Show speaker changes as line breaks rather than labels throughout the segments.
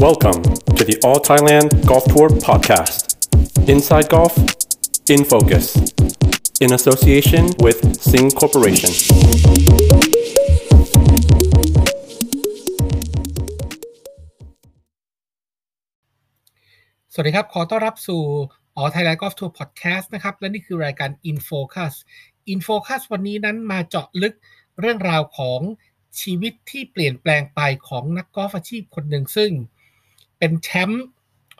Welcome to the All Thailand Golf Tour Podcast. Inside Golf, in focus, in association with Sing Corporation.
สวัสดีครับ ขอต้อนรับสู่อ๋อ Thailand Golf Tour Podcast นะครับ และนี่คือรายการ In Focus In Focus วันนี้นั้นมาเจาะลึกเรื่องราวของชีวิตที่เปลี่ยนแปลงไปของนักกอล์ฟอาชีพคนหนึ่งซึ่ง เป็นแชมป์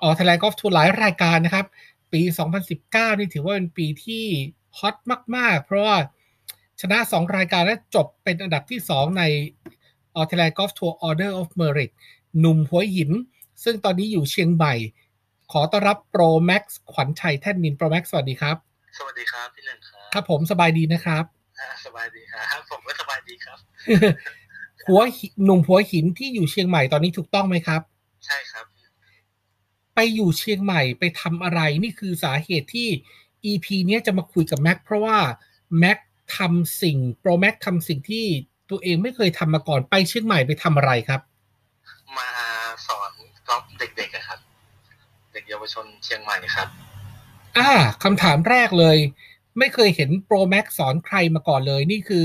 อ๋อ Thailand Golf Tour หลายรายการนะครับ ปี 2019 นี่ถือว่าเป็นปีที่ฮอตมาก ๆ เพราะว่าชนะ 2 รายการและจบเป็นอันดับที่ 2 ในออเทลกอล์ฟทัวร์ออเดอร์ออฟเมริกหนุ่มหัวหิน ซึ่งตอนนี้อยู่เชียงใหม่ ขอต้อนรับโปรแม็กซ์ขวัญชัยแท่นนินโปรแม็กซ์สวัสดีครับ
สวัสดีครับพี่หนึ่งครับ
ครับผมสบายดีนะครับ
อ่าสบายดีครับผมก็สบายดีครับ
หัวหินหนุ่มหัวหินที่อยู่เชียงใหม่ตอนนี้ถูกต้องไหมครับ
ใช่ครับ
ไปอยู่เชียงใหม่ไปทำอะไรนี่คือสาเหตุที่ EP เนี้ยจะมาคุยกับแม็กเพราะว่าแม็กทำสิ่งโปรแม็กทำสิ่งที่ตัวเองไม่เคยทำมาก่อนไปเชียงใหม่ไปทำอะไรครับ
มาสอนกอล์ฟเด็กๆอะครับ เด็กเยาวชนเชียงใหม่ครับ
อ่าคำถามแรกเลย ไม่เคยเห็นโปรแม็กสอนใครมาก่อนเลย นี่คือ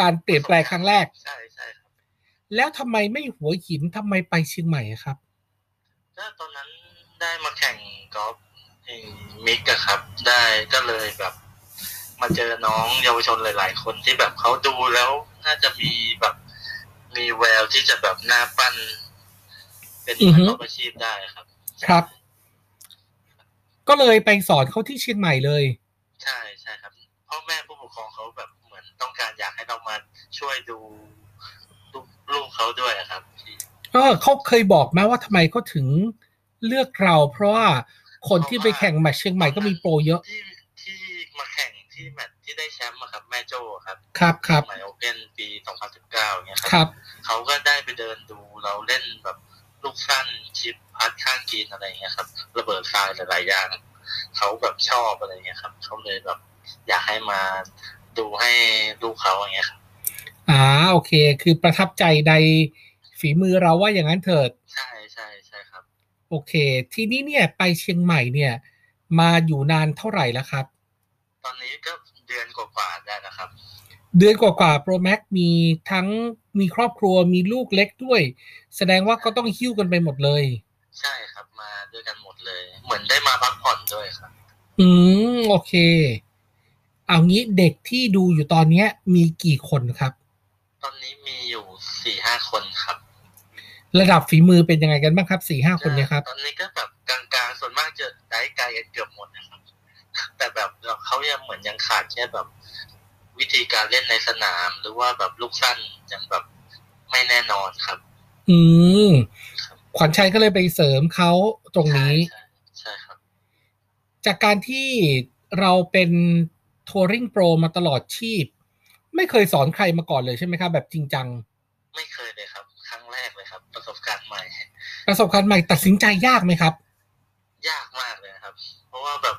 การเปลี่ยนแปลงครั้งแรก
ใช่ใช่ครับ
แล้วทำไมไม่หัวหินทำไมไปเชียงใหม่อะครับ
ก็ตอนนั้นได้มาแข่งกอล์ฟไอ้มิกอะครับ ได้ก็เลยแบบ มาเจอน้องเยาวชนหลายๆ คนที่แบบเขาดูแล้วน่าจะมีแบบมีแววที่จะแบบหน้าปั้น เป็น
อือ
นั
ฮึ
กกอล์ฟอาชีพได้ครับ
ครับ ก็เลยไปสอนเขาที่เชียงใหม่เลย
ใช่ใช่ครับพ่อแม่ผู้ปกครองเขาแบบเหมือนต้องการอยากให้เรามาช่วยดูลูกลูกเขาด้วยอะครับที่
เออเขาเคยบอกไหมว่าทำไมเขาถึงเลือกเรา เพราะว่าคนที่ไปแข่งแมตช์เชียงใหม่ก็มีโปรเยอะ
ที่ที่มาแข่งที่แมตช์ที่ได้แชมป์อะครับ แม่โจ้ครับ
ครับครับ
สมัยโอเพ่นปี 2019เนี่ย
ค
ครับ
รับ
เขาก็ได้ไปเดินดูเราเล่นแบบลูกสั้นชิปพัดข้างกรีนอะไรเงี้ยครับ ระเบิดทรายหลายๆอย่างเขาแบบชอบอะไรเงี้ยครับเขาเลยแบบ อยากให้มาดูให้ลูกเขาอย่างเงี้ยครับ
อ่าโอเค คือประทับใจในฝีมือเราว่าอย่างนั้นเถิด
ใช่ใช่ใช่ครับ
โอเค ทีนี้เนี่ยไปเชียงใหม่เนี่ย มาอยู่นานเท่าไหร่แล้วครับ
ตอนนี้ก็เดือนกว่าๆได้นะครับ
เดือนกว่าๆโปรแม็กมีทั้งมีครอบครัวมีลูกเล็กด้วย แสดงว่าก็ต้องหิ้วกันไปหมดเลย
ใช่ครับมาด้วยกันหมดเลย เหมือนได้มาพักผ่อนด้วยครับ
อืมโอเค เอางี้เด็กที่ดูอยู่ตอนเนี้ย มีกี่คนครับ
ตอนนี้มีอยู่สี่ห้าคนครับ
ระดับฝีมือเป็นยังไงกันบ้างครับสี่ห้าคนเนี่ยครับ
ตอนนี้ก็แบบกลางๆส่วนมากจะได้ไกลกันเกือบหมดนะครับ แต่แบบเราเขายังเหมือนยังขาดแค่แบบ วิธีการเล่นในสนาม หรือว่าแบบลูกสั้นยังแบบไม่แน่นอนครับ
อืมขวัญชัยก็เลยไปเสริมเขาตรงนี้
ใช่ใช่ใช่ครับ
จากการที่เราเป็นทัวริงโปรมาตลอดชีพ ไม่เคยสอนใครมาก่อนเลยใช่ไหมครับ แบบจริงจัง
ไม่เคยเลยครับ ครั้งแรกเลยครับ ประสบการณ์ใหม่
ประสบการณ์ใหม่ตัดสินใจยากไหมครับ
ยากมากเลยนะครับ เพราะว่าแบบ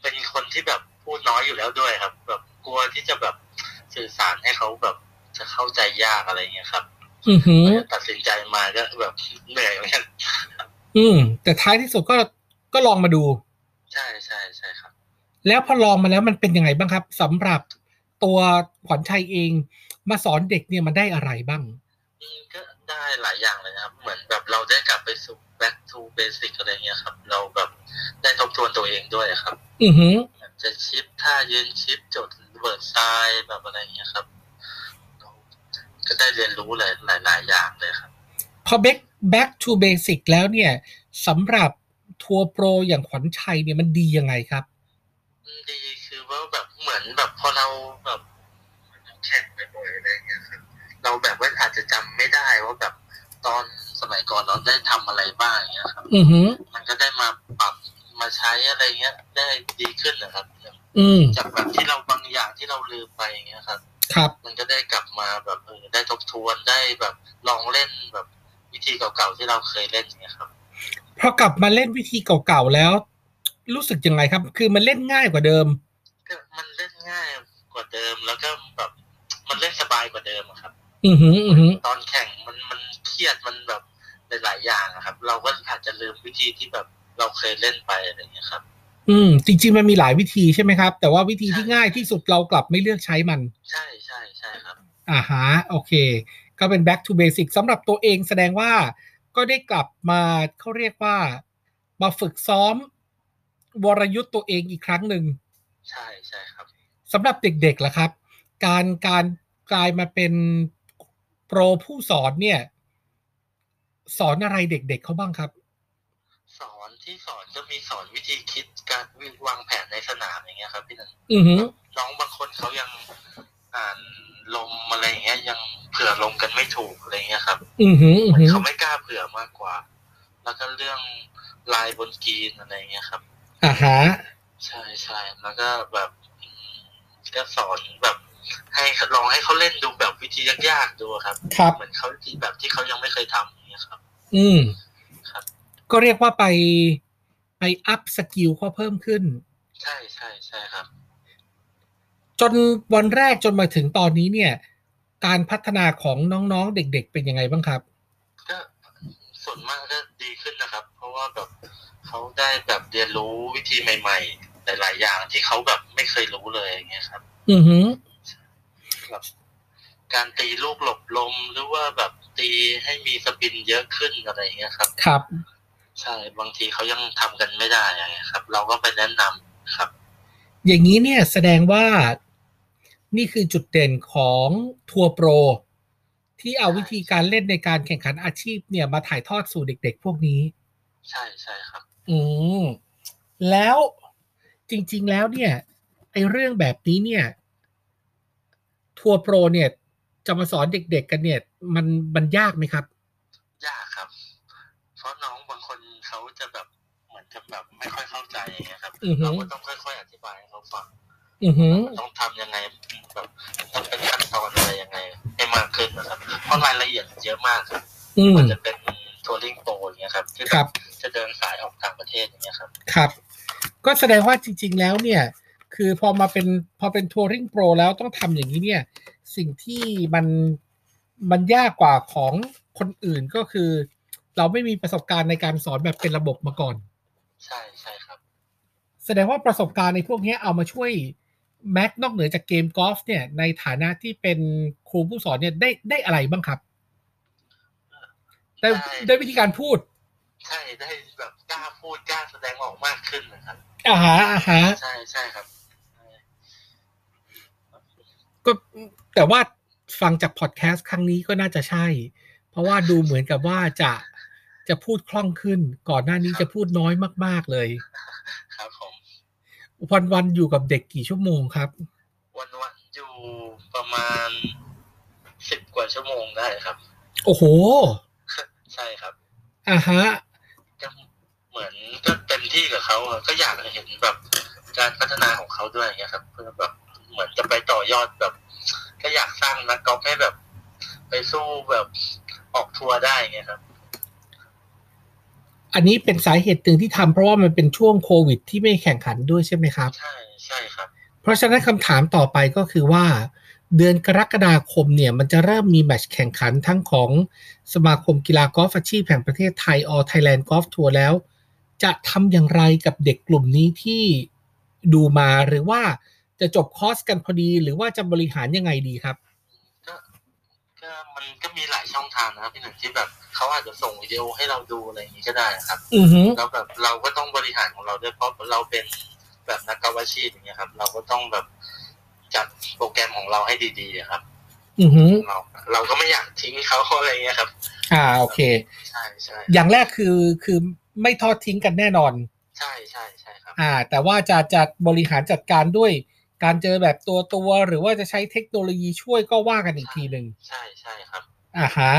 เป็นคนที่แบบพูดน้อยอยู่แล้วด้วยครับ แบบกลัวที่จะแบบสื่อสารให้เขาแบบจะเข้าใจยากอะไรเงี้ยครับ
อือหือ
ตัดสินใจมาก็แบบเหนื่อยเหมือนกัน
อืม แต่ท้ายที่สุดก็ก็ลองมาดู
ใช่ใช่ใช่ครับ
แล้วพอลองมาแล้วมันเป็นยังไงบ้างครับสำหรับตัวขวัญชัยเอง มาสอนเด็กเนี่ยมันได้อะไรบ้าง
อืมก็ได้หลายอย่างเลยนะครับ เหมือนแบบเราได้กลับไปสู่ back to basic อะไรเงี้ยครับ เราแบบได้ทบทวนตัวเองด้วยครับ
อือหือ
แบบจะชิปท่ายืนชิปจดเบิดทรายแบบอะไรเงี้ยครับเราก็ได้เรียนรู้หลายหลายหลายอย่างเลยครับ
พอ back back to basic แล้วเนี่ยสำหรับทัวร์โปรอย่างขวัญชัยเนี่ยมันดียังไงครับ
ดีคือว่าแบบเหมือนแบบพอเราแบบแข่งไปบ่อยอะไรเงี้ยครับเราแบบว่าอาจจะจำไม่ได้ว่าแบบตอนสมัยก่อนเราได้ทำอะไรบ้างเงี้ยครับ
อือหือ
มันก็ได้มาปรับมาใช้อะไรเงี้ย ได้ดีขึ้นนะครับ
อืม
จากแบบที่เราบางอย่างที่เราลืมไปเงี้ยครับ
ครับ
มันก็ได้กลับมาแบบเออได้ทบทวนได้แบบลองเล่นแบบวิธีเก่าๆที่เราเคยเล่นเงี้ยครับ
พอกลับมาเล่นวิธีเก่าๆแล้ว รู้สึกยังไงครับ คือมันเล่นง่ายกว่าเดิม
ก็มันเล่นง่ายกว่าเดิมแล้วก็แบบมันเล่นสบายกว่าเดิมอะครับ
อือหือ อือหือ
ตอนแข่งมันมันเครียดมันแบบ หลายๆอย่างนะครับ เราก็อาจจะลืมวิธีที่แบบเราเคยเล่นไปอะไรอย่างเงี้ยครับ
อืม จริง ๆ มันมีหลายวิธีใช่ไหมครับ แต่ว่าวิธีที่ง่ายที่สุดเรากลับไม่เลือกใช้มัน
ใช่ใช่ใช่ครับ
อ่าฮะโอเค ก็เป็น back to basic สำหรับตัวเองแสดงว่าก็ได้กลับมาเขาเรียกว่า มาฝึกซ้อม วรยุทธ์ตัวเองอีกครั้งหนึ่ง
ใช่ใช่ครับ
สำหรับเด็กๆล่ะครับ การการกลายมาเป็นโปรผู้สอนเนี่ย สอนอะไรเด็กๆเขาบ้างครับ
สอนที่สอนก็มีสอนวิธีคิดการวิ่งวางแผนในสนามอย่างเงี้ยครับพี่นัน
อือฮึ
น้องบางคนเขายังอ่านลมอะไรอย่างเงี้ยยังเผื่อลงกันไม่ถูกอะไรอย่างเงี้ยครับ
อือฮึอือ
เหมือน
ฮึ
เขาไม่กล้าเผื่อมากกว่า แล้วก็เรื่องลายบนกรีนอะไรอย่างเงี้ยครับ
อ่าฮะ
ใช่ใช่แล้วก็แบบอืมก็สอนแบบ ให้ลองให้เขาเล่นดูแบบวิธียากๆดูครับ
ครับ
เหมือนเขาที่แบบที่เขายังไม่เคยทำอย่างเงี้ยครับ
อืม
ครับ
ก็เรียกว่าไปไปอัพสกิลเขาเพิ่มขึ้น
ใช่ใช่ใช่ครับ
จนวันแรกจนมาถึงตอนนี้เนี่ย การพัฒนาของน้องๆเด็ก ๆ เป็นยังไงบ้างครับ
ก็ส่วนมากก็ดีขึ้นนะครับ เพราะว่าแบบเขาได้แบบเรียนรู้วิธีใหม่ ๆ หลาย ๆ อย่างที่เขาแบบไม่เคยรู้เลยอย่างเงี้ยครับ
อือหือ
แบบการตีลูกหลบลมหรือว่าแบบตีให้มีสปินเยอะขึ้นอะไรอย่างเงี้ยครับ
ครับ
ใช่บางทีเขายังทำกันไม่ได้อย่างเงี้ยครับ เราก็ไปแนะนำครับ
อย่างนี้เนี่ยแสดงว่านี่คือจุดเด่นของทัวร์โปร ที่เอาวิธีการเล่นในการแข่งขันอาชีพเนี่ยมาถ่ายทอดสู่เด็ก ๆ พวกนี้
ใช่ใช่ครับ
อืมแล้วจริง ๆ แล้วเนี่ยไอเรื่องแบบนี้เนี่ย ทัวร์โปรเนี่ยจะมาสอนเด็ก ๆ กันเนี่ย มันมันยากไหมครับ
ยากครับ เพราะน้องบางคนเขาจะแบบเหมือนจะแบบไม่ค่อยเข้าใจอย่างเงี้ยครับ
อือฮึ
เราก็ต้องค่อย ๆ อธิบายให้เขาฟัง
อือหือ
ต้องทำยังไงแบบต้องเป็นขั้นตอนอะไรยังไงให้มากขึ้นนะครับเพราะรายละเอียดเยอะมากครับ
อืม
มันจะเป็นทัวริงโปรอย่างเงี้ยครับที่
ค
แบ
รั
บบ จะเดินสายออกต่างประเทศอย่างเงี้ยครับ
ครับ ก็แสดงว่าจริง ๆ แล้วเนี่ย คือพอมาเป็นพอเป็นทัวริ n งโปรแล้วต้องทำอย่างนี้เนี่ย สิ่งที่มันมันยากกว่าของคนอื่นก็คือ เราไม่มีประสบการณ์ในการสอนแบบเป็นระบบมาก่อน
ใช่ใช่ครับ
แสดงว่าประสบการณ์ในพวกเนี้ยเอามาช่วยแม็กนอกเหนือจากเกมกอล์ฟเนี่ย ในฐานะที่เป็นครูผู้สอนเนี่ยได้ได้อะไรบ้างครับ ได้
ได้
ได้วิธีการพูด
ใช่ได้แบบกล้าพูดกล้าแสดงออกมากขึ้นนะครับ
อ่าฮะอ่าฮะ
ใช่ใช่ครับ
ก็แต่ว่าฟังจากพอดแคสต์ครั้งนี้ก็น่าจะใช่ เพราะว่าดูเหมือนกับว่าจะจะพูดคล่องขึ้น ก่อนหน้านี้จะพูดน้อยมาก ๆ เลย
ครับผม
วันวันๆอยู่กับเด็กกี่ชั่วโมงครับ
วันวันๆอยู่ประมาณสิบกว่าชั่วโมงได้ครับ
โอ้โห
ใช่ครับ
อ่าฮะ
ก็เหมือนก็เต็มที่กับเขาอะก็อยากเห็นแบบการพัฒนาของเขาด้วยอย่างเงี้ยครับ เพื่อแบบเหมือนจะไปต่อยอดแบบ ก็อยากสร้างนักกอล์ฟให้แบบ ไปสู้แบบออกทัวร์ได้อย่างเงี้ยครับ
อันนี้เป็นสาเหตุหนึ่งที่ทำเพราะว่ามันเป็นช่วงโควิดที่ไม่แข่งขันด้วยใช่ไหมครับ
ใช่ใช่ครับ
เพราะฉะนั้นคำถามต่อไปก็คือว่า เดือนกรกฎาคมเนี่ย มันจะเริ่มมีแมตช์แข่งขันทั้งของสมาคมกีฬากอล์ฟอาชีพแห่งประเทศไทยออ l ไทยแลนด์กอล์ฟทัวร์แล้ว จะทำอย่างไรกับเด็กกลุ่มนี้ที่ดูมาหรือว่าจะจบคอร์สกันพอดี หรือว่าจะบริหารยังไงดีครับ
ก็ก็มันก็มีหลายช่องทางนะครับพี่หนึ่งที่แบบเขาอาจจะส่งวิดีโอให้เราดูอะไรอย่างนี้ก็ได้ครับ
อือฮึ
แล้วแบบเราก็ต้องบริหารของเราด้วยเพราะเราเป็นแบบนักกอล์ฟอาชีพอย่างเงี้ยครับ เราก็ต้องแบบจัดโปรแกรมของเราให้ดีๆอะครับ
อือฮึ
เราเราก็ไม่อยากทิ้งเขาอะไรเงี้ยครับ
อ่าโอเค
ใช่ใช่
อย่างแรกคือคือไม่ทอดทิ้งกันแน่นอน
ใช่ใช่ใช่ครับ
อ่าแต่ว่าจะจะบริหารจัดการด้วยการเจอแบบตัวตัวหรือว่าจะใช้เทคโนโลยีช่วยก็ว่ากันอีกทีหนึ่ง
ใช่ใช่ครับ
อ่าฮะ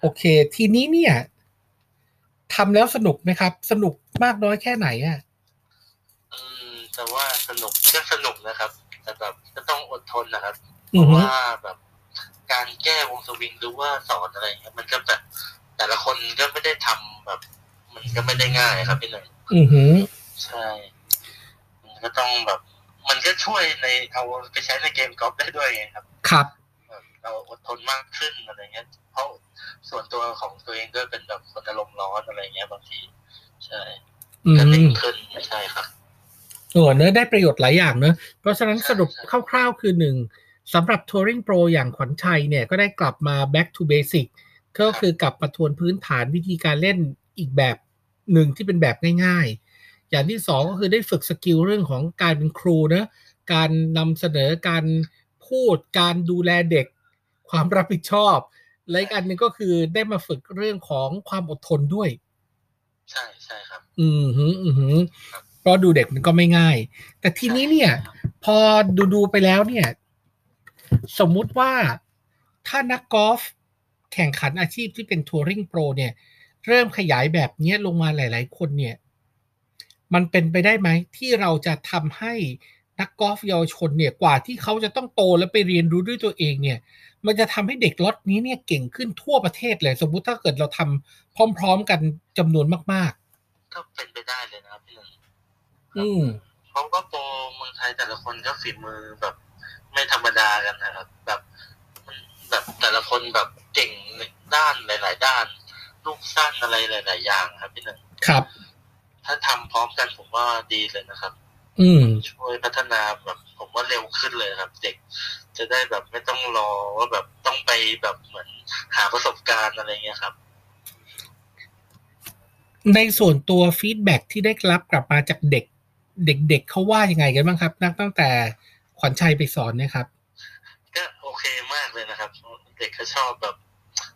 โอเค ทีนี้เนี่ยทำแล้วสนุกไหมครับ สนุกมากน้อยแค่ไหนอ่ะ
อืมแต่ว่าสนุกก็สนุกนะครับ แต่แบบก็ต้องอดทนนะครับเพ
อือ
ราะ
ฮึ
ว่าแบบการแก้วงสวิงหรือว่าสอนอะไรเงี้ยมันก็แบบแต่ละคนก็ไม่ได้ทำแบบ มันก็ไม่ได้ง่ายครับพี่หนึ่ง
อือฮึ
ใช่ มันก็ต้องแบบ มันก็ช่วยในเอาไปใช้ในเกมกอล์ฟได้ด้วยไงครับ
ครับ
แบบเราอดทนมากขึ้นอะไรเงี้ย เพราะ ส่วนตัวของตัวเองด้วยเป็นแบบคนอารมณ์ร้อนอะไรเงี้ยบางที ใช่
อื
ก็นิ่
ม
งขึ้นใช่ครับ
โอ้เนื้อะได้ประโยชน์หลายอย่างเนอะเพราะฉะนั้นสรุปคร่าวๆคือหนึ่งสำหรับ Touring Pro อย่างขวัญชัยเนี่ยก็ได้กลับมา back to basic ก็คือกลับมาทวนพื้นฐานวิธีการเล่นอีกแบบหนึ่งที่เป็นแบบง่ายๆ อย่างที่สองก็คือได้ฝึกสกิลเรื่องของการเป็นครูเนอะการนำเสนอการพูดการดูแลเด็ก ความรับผิดชอบและอีกอันหนึงก็คือได้มาฝึกเรื่องของความอดทนด้วย
ใช่ใช่ครับ
อืมหืมอืมหืมเพราะดูเด็กมันก็ไม่ง่าย แต่ทีนี้เนี่ย พอดูดูๆไปแล้วเนี่ย สมมุติว่าถ้านักกอล์ฟแข่งขันอาชีพที่เป็นทัวริงโปรเนี่ย เริ่มขยายแบบเนี้ยลงมาหลาย ๆ คนเนี่ย มันเป็นไปได้ไหมที่เราจะทำให้นักกอล์ฟเยาวชนเนี่ยกว่าที่เขาจะต้องโตแล้วไปเรียนรู้ด้วยตัวเองเนี่ย มันจะทำให้เด็กล็อตนี้เนี่ยเก่งขึ้นทั่วประเทศเลย สมมุติถ้าเกิดเราทำพร้อม ๆ กันจำนวนมาก
ก็เป็นไปได้เลยนะครับพี่หนึ่ง
ๆ อืม
เพราะว่าโปรเมืองไทยแต่ละคนก็ฝีมือแบบ ไม่ธรรมดากันนะครับแบบมันแบบแต่ละคนแบบเก่งด้านหลาย ๆ ด้าน ลูกสั้นอะไรหลาย ๆ อย่างครับพี่หนึ่ง
ครับ
ถ้าทำพร้อมกันผมว่าดีเลยนะครับ
อืม
ช่วยพัฒนาแบบผมว่าเร็วขึ้นเลยครับ เด็กจะได้แบบไม่ต้องรอว่าแบบต้องไปแบบเหมือนหาประสบการณ์อะไรเงี้ยครับ
ในส่วนตัวฟีดแบ็กที่ได้รับกลับมาจากเด็ก เด็กๆเขาว่ายังไงกันบ้างครับนักตั้งแต่ขวัญชัยไปสอนเนี่ยครับ
ก็โอเคมากเลยนะครับ เด็กก็ชอบแบบ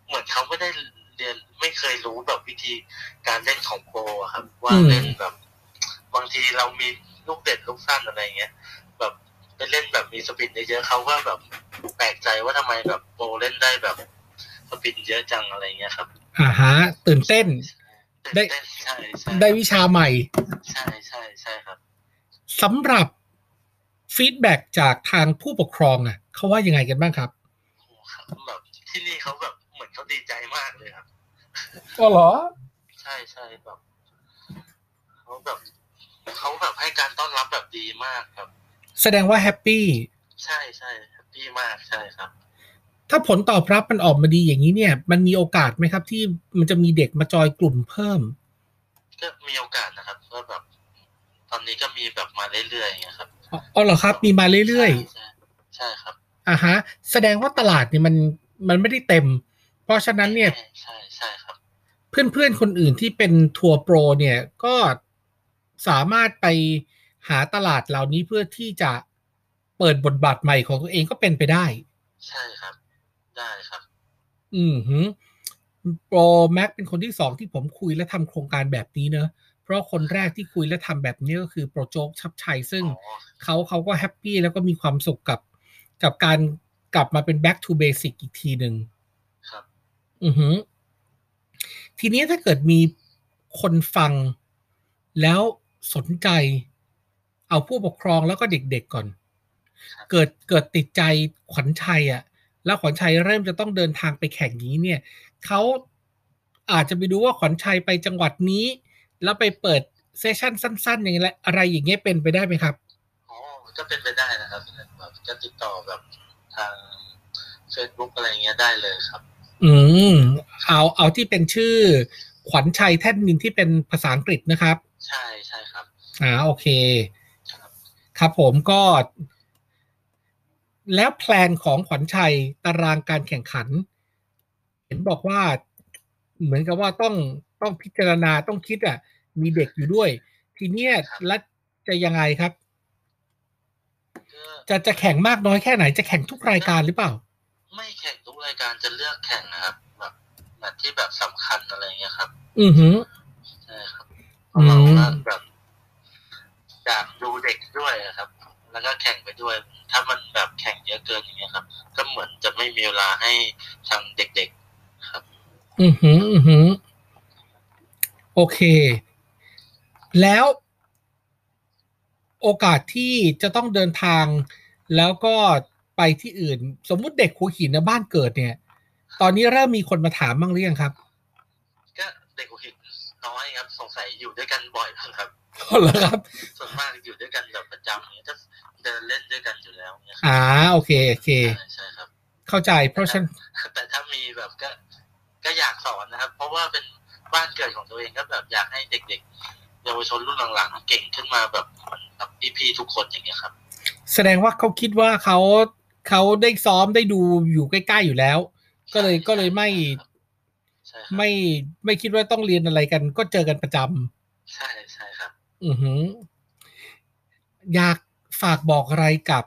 เหมือนเขาไม่ได้เรียนไม่เคยรู้แบบวิธีการเล่นของโปรอะครับ ว่า
อืม
เล่นแบบ บางทีเรามีลูกเด็ดลูกสั้นอะไรเงี้ยแบบไปเล่นแบบมีสปินเยอะๆเขาก็แบบแปลกใจว่าทำไมแบบโปรเล่นได้แบบสปินเยอะจังอะไรเงี้ยครับ
อ่าฮะตื่นเต้น ได้
ตื่นเต้นใช่ใช่
ได้วิชาใหม่
ใช่ใช่ใช่ครับ
สำหรับฟีดแบ็กจากทางผู้ปกครองอ่ะเขาว่ายังไงกันบ้างครับ
แบบที่นี่เขาแบบเหมือนเขาดีใจมากเลยครับ
ก็เหรอ
ใช่ใช่แบบเขาแบบเขาแบบให้การต้อนรับแบบดีมากครับ
แสดงว่าแฮปปี้
ใช่ใช่แฮปปี้มากใช่ครับ
ถ้าผลตอบรับมันออกมาดีอย่างนี้เนี่ย มันมีโอกาสไหมครับ ที่มันจะมีเด็กมาจอยกลุ่มเพิ่ม
ก็มีโอกาสนะครับก็แบบ ตอนนี้ก็มีแบบมาเรื่อยๆอย่างเงี้ยครับ
อ๋ออ๋อเหรอครับ มีมาเรื่อยๆ
ใช่ใช่ใช่ครับ
อ่าฮะแสดงว่าตลาดเนี่ยมันมันไม่ได้เต็ม เพราะฉะนั้นเนี่ย
ใช่ใช่ครับ
เพื่อนๆ คนอื่นที่เป็นทัวร์โปรเนี่ยก็สามารถไปหาตลาดเหล่านี้เพื่อที่จะเปิดบทบาทใหม่ของตัวเองก็เป็นไปได้
ใช่ครับ ได้ครับ
อืมหือโปรแม็กเป็นคนที่สองที่ผมคุยและทำโครงการแบบนี้เนอะเพราะคนแรกที่คุยและทำแบบนี้ก็คือโปรโจ๊กชับชัยซึ่ง
อ๋อ
เขาเขาก็แฮปปี้แล้วก็มีความสุขกับกับการกลับมาเป็น back to basic อีกทีหนึ่ง
ครับ
อือหือทีนี้ถ้าเกิดมีคนฟังแล้วสนใจ เอาผู้ปกครองแล้วก็เด็กๆก่อน เกิดเกิดติดใจขวัญชัยอะ่ะ แล้วขวัญชัยเริ่มจะต้องเดินทางไปแข่งนี้เนี่ยเขาอาจจะไปดูว่าขวัญชัยไปจังหวัดนี้ แล้วไปเปิดเซสชั่นสั้น ๆ อย่างไรอะไรอย่างเงี้ยเป็นไปได้ไหมครับ
อ๋อ ก็เป็นไปได้นะครับแบบก็ติดต่อแบบทาง Facebook อะไรอย่างเงี้ยได้เลยครับ
อืมเอาเอาที่เป็นชื่อ ขวัญชัยแท่นนินที่เป็นภาษาอังกฤษนะครับ
ใช่ใช่ครับ
อ่าโอเค
ครับ
ครับผมก็ แล้วแพลนของขวัญชัยตารางการแข่งขัน เห็นบอกว่า เหมือนกับว่าต้องต้องพิจารณาต้องคิดอ่ะ มีเด็กอยู่ด้วย ทีเนี้ยแล้วจะยังไงครับ
ก็
จะจะแข่งมากน้อยแค่ไหน จะแข่งทุกรายการหรือเปล่า
ไม่แข่งทุกรายการจะเลือกแข่งนะครับแบบแบบที่แบบสำคัญอะไรเงี้ยครับ
อือหือ
ใช่ครับ
อืม
เราก็แบบอยากดูเด็กด้วยอะครับ แล้วก็แข่งไปด้วย ถ้ามันแบบแข่งเยอะเกินอย่างเงี้ยครับ ก็เหมือนจะไม่มีเวลาให้ทางเด็กๆครับ
อือหือ อือหือ โอเค แล้ว โอกาสที่จะต้องเดินทาง แล้วก็ไปที่อื่น สมมุติเด็กหัวหินนะบ้านเกิดเนี่ย ตอนนี้เริ่มมีคนมาถามบ้างหรือยังครับ
ก็เด็กหัวหินน้อยครับ สงสัยอยู่ด้วยกันบ่อยมากครับ
เหรอครับ
ส่วนมากอยู่ด้วยกันแบบประจำอย่างเงี้ยก็เดินเล่นด้วยกันอยู่แล้วเงี้ยครับ
อ่า โอเค โอเค
ใช่ครับ
เข้าใจ เพราะฉะนัน
แต่ถ้ามีแบบก็ ก็อยากสอนนะครับ เพราะว่าเป็นบ้านเกิดของตัวเองก็แบบอยากให้เด็กๆ เยาวชนรุ่นหลังๆ เก่งขึ้นมาแบบเหมือนกับพี่ๆทุกคนอย่างเงี้ยครับ
แสดงว่าเขาคิดว่าเขาเขาได้ซ้อมได้ดูอยู่ใกล้ๆอยู่แล้ว ก็เลยก็เลยไม่
ใช่ครับ
ไม่ไม่คิดว่าต้องเรียนอะไรกัน ก็เจอกันประจำ
ใช่ใช่ครับ
อือหืออยากฝากบอกอะไรกับ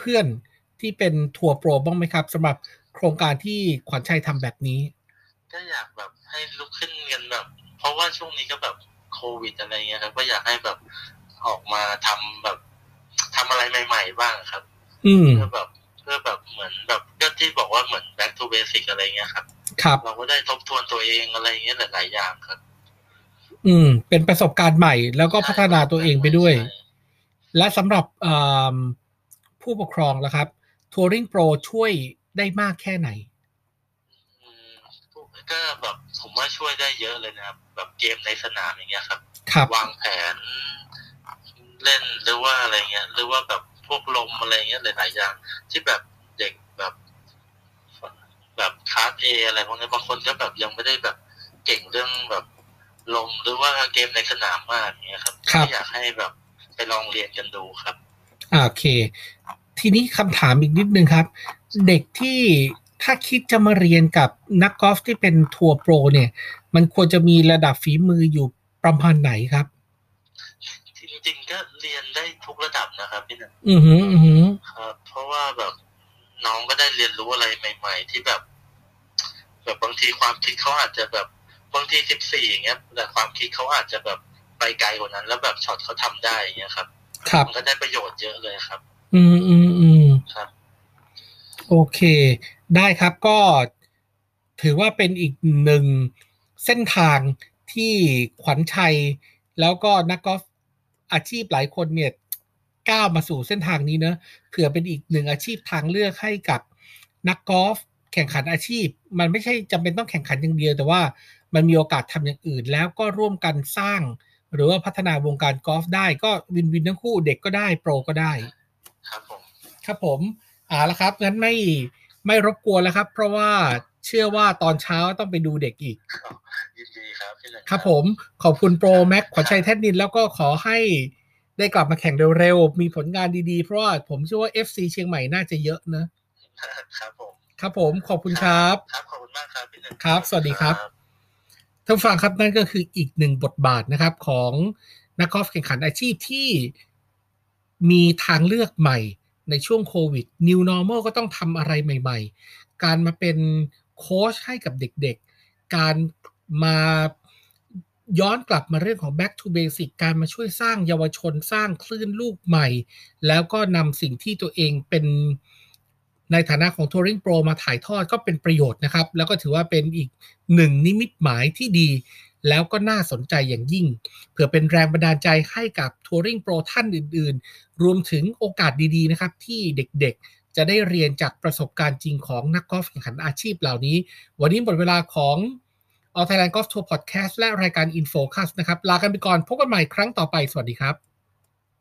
เพื่อนๆที่เป็นทัวร์โปรบ้างไหมครับสำหรับโครงการที่ขวัญชัยทำแบบนี้
ก็อยากแบบให้ลุกขึ้นกันแบบ เพราะว่าช่วงนี้ก็แบบโควิดอะไรเงี้ยครับก็อยากให้แบบออกมาทำแบบทำอะไรใหม่ ๆ บ้างครับ
อืม
เพื่อแบบเพื่อแบบเหมือนแบบก็ที่บอกว่าเหมือน back to basic อะไรเงี้ยครับ
ครับ
เราก็ได้ทบทวนตัวเองอะไรเงี้ยหลายๆอย่างครับ
อืม เป็นประสบการณ์ใหม่ แล้วก็พัฒนาตัวเองไปด้วย
ใช่
และสำหรับเอิ่มผู้ปกครองล่ะครับทัวริงโปรช่วยได้มากแค่ไหน
อืมก็แบบผมว่าช่วยได้เยอะเลยนะครับ แบบเกมในสนามอย่างเงี้ยครับ
ครับ
วางแผนเล่นหรือว่าอะไรเงี้ย หรือว่าแบบพวกลมอะไรเงี้ยหลายๆอย่างที่แบบเด็กแบบแบบคลาสเออะไรพวกนี้บางคนก็แบบยังไม่ได้แบบเก่งเรื่องแบบลมหรือว่าเกมในสนามมากเงี้ยครับ
ครับ
ก็อยากให้แบบไปลองเรียนกันดูครับ
อ่าโอเค ทีนี้คำถามอีกนิดนึงครับ เด็กที่ถ้าคิดจะมาเรียนกับนักกอล์ฟที่เป็นทัวร์โปรเนี่ย มันควรจะมีระดับฝีมืออยู่ประมาณไหนครับ
จริงๆก็เรียนได้ทุกระดับนะครับพี่หนึ่ง
อือหืออือหือ
ครับ เพราะว่าแบบน้องก็ได้เรียนรู้อะไรใหม่ ๆ ที่แบบ แบบบางทีความคิดเขาอาจจะแบบบางทีสิบสี่อย่างเงี้ย แต่ความคิดเขาอาจจะแบบไปไกลกว่านั้น แล้วแบบช็อตเขาทำได้อย่างเงี้ยครับ
ครับ
มันก็ได้ประโยชน์เยอะเลยครับ
อืมอืมอืม
ครับ
โอเค ได้ครับก็ถือว่าเป็นอีกหนึ่งเส้นทางที่ขวัญชัย แล้วก็นักกอล์ฟอาชีพหลายคนเนี่ยก้าวมาสู่เส้นทางนี้เนอะเผื่อเป็นอีกหนึ่งอาชีพทางเลือกให้กับนักกอล์ฟแข่งขันอาชีพ มันไม่ใช่จำเป็นต้องแข่งขันอย่างเดียว แต่ว่ามันมีโอกาสทำอย่างอื่น แล้วก็ร่วมกันสร้าง หรือว่าพัฒนาวงการกอล์ฟได้ก็วินวินทั้งคู่เด็กก็ได้โปรก็ได้
ครับผม
ครับผมเอ่าละครับงั้นไม่ไม่รบกวนแล้วครับ เพราะว่าเชื่อว่าตอนเช้าต้องไปดูเด็กอีก
ยินดีครับพี่หนึ่ง
ครับผมขอบคุณโปรแม็กขวัญชัยแทนนิน แล้วก็ขอให้ได้กลับมาแข่งเร็วๆ มีผลงานดีๆ เพราะว่าผมเชื่อว่า FC เชียงใหม่น่าจะเยอะนะ
ครับผม
ครับผมขอบคุณครับ
ครับขอบคุณมากครับพี่หนึ่ง
ครับสวัสดีครับ ท่านผู้ฟังครับนั่นก็คืออีกหนึ่งบทบาทนะครับของนักกอล์ฟแข่งขันอาชีพที่มีทางเลือกใหม่ในช่วงโควิด New Normal ก็ต้องทำอะไรใหม่ๆ การมาเป็นโค้ชให้กับเด็กๆ การมาย้อนกลับมาเรื่องของ back to basic การมาช่วยสร้างเยาวชนสร้างคลื่นลูกใหม่ แล้วก็นำสิ่งที่ตัวเองเป็นในฐานะของ Touring Pro มาถ่ายทอดก็เป็นประโยชน์นะครับ แล้วก็ถือว่าเป็นอีก หนึ่งนิมิตหมายที่ดี แล้วก็น่าสนใจอย่างยิ่ง เผื่อเป็นแรงบันดาลใจให้กับทัวริงโปรท่านอื่นๆ รวมถึงโอกาสดีๆ นะครับ ที่เด็กๆ จะได้เรียนจากประสบการณ์จริงของนักกอล์ฟแข่งขันอาชีพเหล่านี้ วันนี้หมดเวลาของ All Thailand Golf Tour Podcast และรายการ Infocus นะครับ ลากันไปก่อน พบกันใหม่ครั้งต่อไป สวัสดีครับ